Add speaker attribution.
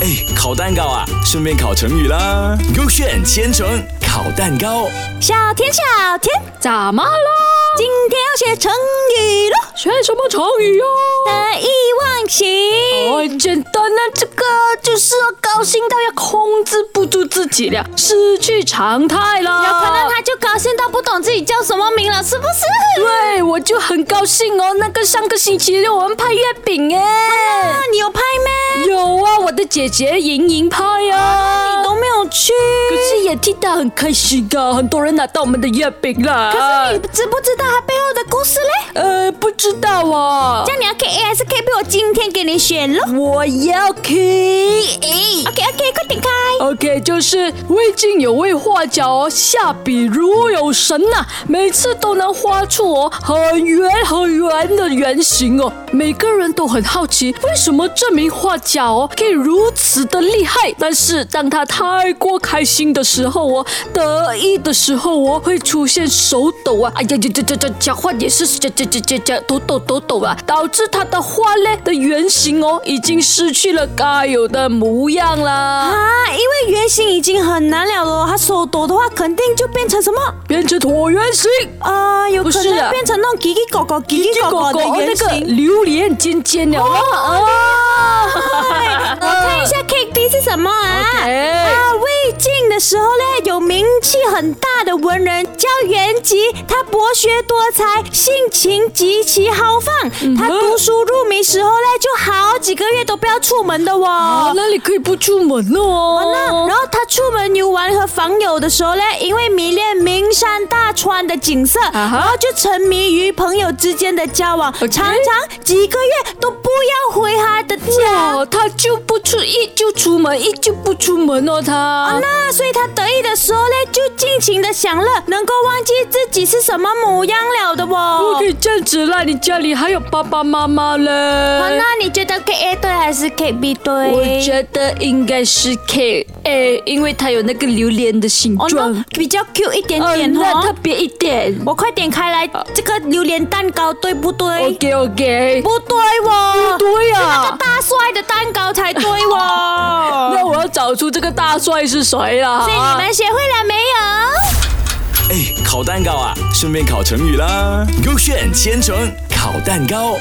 Speaker 1: 哎，烤蛋糕啊，顺便烤成语啦。勾选千层烤蛋糕，
Speaker 2: 小田，小田，
Speaker 3: 怎么了？
Speaker 2: 今天要学成语喽，
Speaker 3: 学什么成语哦哟、
Speaker 2: 得意忘形。
Speaker 3: 哦，简单啊，这个就是要高兴到要控制不住自己了，失去常态了。
Speaker 2: 有可能他就高兴到不懂自己叫什么名了，是不是？
Speaker 3: 对，我就很高兴哦。那个上个星期六我们拍月饼哎，
Speaker 2: 啊那你有拍咩？
Speaker 3: 有啊，我的姐姐莹莹拍啊。
Speaker 2: 你都没有去，
Speaker 3: 可是也替她很开心啊，很多人拿到我们的月饼啦。
Speaker 2: 可是你知不知道他背后的故事嘞？
Speaker 3: 呃不知道啊
Speaker 2: 这，样你要 K A 还是 K B？我今天给你选喽。
Speaker 3: 我要 K A。
Speaker 2: OK OK，快点开。
Speaker 3: OK，就是魏晋有位画家哦，下笔如有神呐、每次都能画出哦很圆很圆的圆形哦。每个人都很好奇，为什么这名画家哦可以如此的厉害？但是当他太过开心的时候哦，得意的时候哦，会出现手抖啊，哎呀呀呀呀呀，讲话也是这这这这这抖抖抖抖啊，导致他的画嘞的原型哦已经失去了该有的模样啦。
Speaker 2: 啊，因为圆形已经很难了咯，他手抖的话，肯定就变成什么？
Speaker 3: 变成椭圆形。
Speaker 2: 啊，有可
Speaker 3: 不是
Speaker 2: 能
Speaker 3: 啊
Speaker 2: 变成那种叽叽狗狗、叽叽狗
Speaker 3: 狗
Speaker 2: 狗的
Speaker 3: 狗那
Speaker 2: 原
Speaker 3: 个
Speaker 2: 型。
Speaker 3: 榴莲尖尖的啊！
Speaker 2: 哎我看一下 K B 是什么啊
Speaker 3: OK
Speaker 2: 啊，魏晋的时候呢，有名气很大的文人叫元吉，他博学多才，性情极其豪放。他
Speaker 3: 哼
Speaker 2: 读书入迷时候呢，就好几个月都不要出门的
Speaker 3: 啊，
Speaker 2: 哦。
Speaker 3: 那里可以不出门哦。
Speaker 2: 然后他出门游玩和访友的时候呢，因为迷恋名山大川的景色，
Speaker 3: 啊哈
Speaker 2: 然后就沉迷于朋友之间的交往，常
Speaker 3: OK
Speaker 2: 常几个月都不要回他的家。
Speaker 3: 哦，他就不出一就出门，一就不出门哦，他。
Speaker 2: 啊那所以他得意的时候呢，就尽情的享乐，能够忘记自己是什么模样了的
Speaker 3: 不
Speaker 2: 哦
Speaker 3: 可。以这样子啦，你家里还有爸爸妈妈
Speaker 2: 好
Speaker 3: 嘞。
Speaker 2: 哦啊那你哎觉得 K A 对还是 K B 对？
Speaker 3: 我觉得应该是 K A，因为它有那个榴莲的形
Speaker 2: 哦
Speaker 3: 状。
Speaker 2: 那比较 Q 一点
Speaker 3: 哦，
Speaker 2: 点
Speaker 3: 那特
Speaker 2: 哦。
Speaker 3: 别一点。
Speaker 2: 我快点开来，这个榴莲蛋糕对不对？
Speaker 3: OK OK，
Speaker 2: 不对哦，
Speaker 3: 对呀、
Speaker 2: 那哎个大帅的蛋糕才对 哦。
Speaker 3: 那我要找出这个大帅是谁啦！
Speaker 2: 所以你们学会了没有？
Speaker 1: 哎，烤蛋糕啊，顺便烤成语啦。勾选千层烤蛋糕。